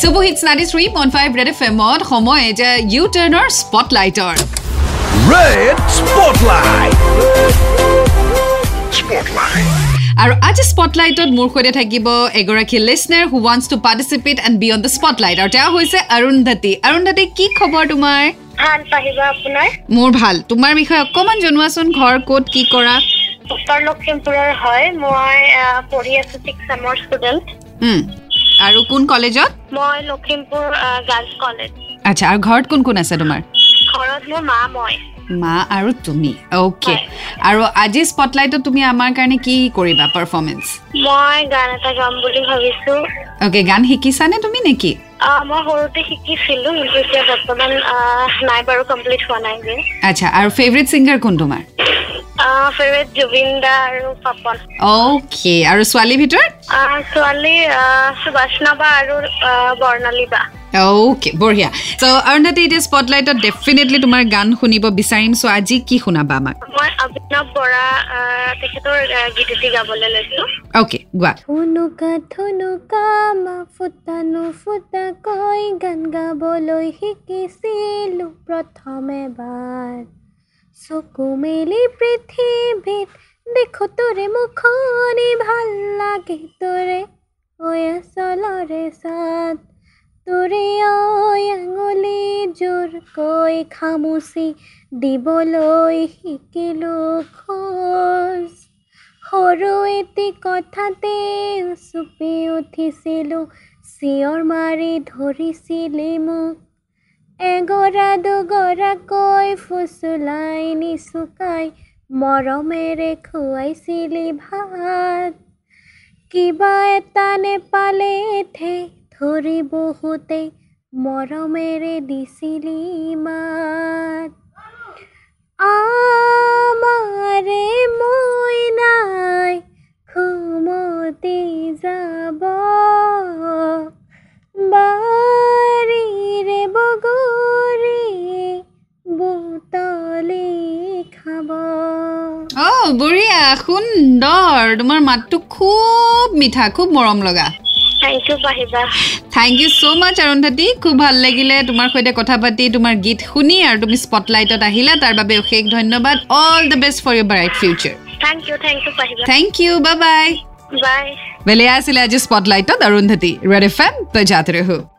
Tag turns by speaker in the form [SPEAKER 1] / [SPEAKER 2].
[SPEAKER 1] Super hits ninety three point five red F এমত সময় এতিয়া ইউ টাৰ্ণৰ স্পটলাইটৰ
[SPEAKER 2] Red Spotlight. Spotlight.
[SPEAKER 1] আৰু আজি স্পটলাইটত মোৰ সৈতে থাকিব এগৰাকী লিচনাৰ হু ৱান্স to participate and be on the spotlight আৰু তেওঁ হৈছে অৰুন্ধতী অৰুন্ধতী কি খবৰ তোমাৰ
[SPEAKER 3] ভাল পাহিবা আপোনাৰ
[SPEAKER 1] মোৰ ভাল তোমাৰ বিষয়ে অকণমান জনোৱাচোন ঘৰ ক'ত কি কৰা
[SPEAKER 3] উত্তৰ লখিমপুৰৰ হয় মই আহ, পঢ়ি আছো ছিক্স চেমৰ ষ্টুডেণ্ট
[SPEAKER 1] উম, আৰু কোন কলেজত
[SPEAKER 3] মই লখিমপুৰ আহ, গাৰ্লছ কলেজ
[SPEAKER 1] আচ্ছা আৰু ঘৰত কোন কোন আছে তোমাৰ
[SPEAKER 3] ঘৰত মোৰ মা মই
[SPEAKER 1] মা আৰু তুমি অ'কে
[SPEAKER 3] হয়।
[SPEAKER 1] আৰু আজি স্পটলাইটত তুমি আমাৰ কাৰণে কি কৰিবা পাৰফৰ্মেঞ্চ
[SPEAKER 3] মই গান এটা গাম বুলি ভাবিছো
[SPEAKER 1] অ'কে গান শিকিছানে তুমি নেকি
[SPEAKER 3] আহ, মই সৰুতে শিকিছিলো কিন্তু এতিয়া বৰ্তমান আহ, নাই বাৰু কমপ্লিট হোৱা নাই যে
[SPEAKER 1] আচ্ছা আৰু ফেভৰেট ছিংগাৰ কোন তোমাৰ
[SPEAKER 3] ফেভৰেট জুবিন দা আৰু পাপন
[SPEAKER 1] অ'কে আৰু ছোৱালীৰ ভিতৰত
[SPEAKER 3] আহ, ছোৱালী সুভাষনা বা আৰু আহ, বৰ্ণালী বা
[SPEAKER 1] অ'কে বঢ়িয়া চ' অৰুণাতে এতিয়া স্পটলাইটত ডেফিনেটলি তোমাৰ গান শুনিব বিচাৰিম চ' আজি কি শুনাবা আমাক
[SPEAKER 3] মই অভিনৱ বৰা আহ, তেখেতৰ আহ, গীত এটি গাবলৈ লৈছো
[SPEAKER 1] অ'কে গোৱা
[SPEAKER 4] ঠুনুকা ঠুনুকা মা ফুটা নুফুটাকৈ গান গাবলৈ শিকিছিলোঁ প্ৰথম এবাৰ চকু মেলি পৃথিৱীত দেখো তোৰে মুখনি ভাল লাগে তোৰে ঐ আচলৰে চাঁদ তোৰে ঐ আঙুলি জোৰকৈ খামুচি দিবলৈ শিকিলোঁ খোজ সৰু এটি কথাতে উচুপি উঠিছিলোঁ চিঞৰ মাৰি ধৰিছিলি মোক এগৰা দুগৰাকৈ ফুচুলাই নিচুকাই মৰমেৰে খুৱাইছিলি ভাত কিবা এটা নেপালে ঠেই ধৰি বহুতে মৰমেৰে দিছিলি মাত আমাৰে মই নাই ঘুমতি যাব বাৰীৰে বগৰী বুটলি খাব
[SPEAKER 1] অ' বঢ়িয়া সুন্দৰ তোমাৰ মাতটো খুব মিঠা খুব মৰম লগা
[SPEAKER 3] থেংক ইউ পাহিবা
[SPEAKER 1] thank you so' much Arundhati খুব ভাল লাগিলে তোমাৰ সৈতে কথা পাতি তোমাৰ গীত শুনি আৰু তুমি স্পটলাইটত আহিলা তাৰ বাবে অশেষ ধন্যবাদ all the best for your bright future
[SPEAKER 3] thank you thank you পাহিবা
[SPEAKER 1] থেংক ইউ বা বাই
[SPEAKER 3] বাই
[SPEAKER 1] বেলেয়া আছিলে আজি স্পটলাইটত অৰুন্ধতী ৰেড এফ এম বজাত ৰহো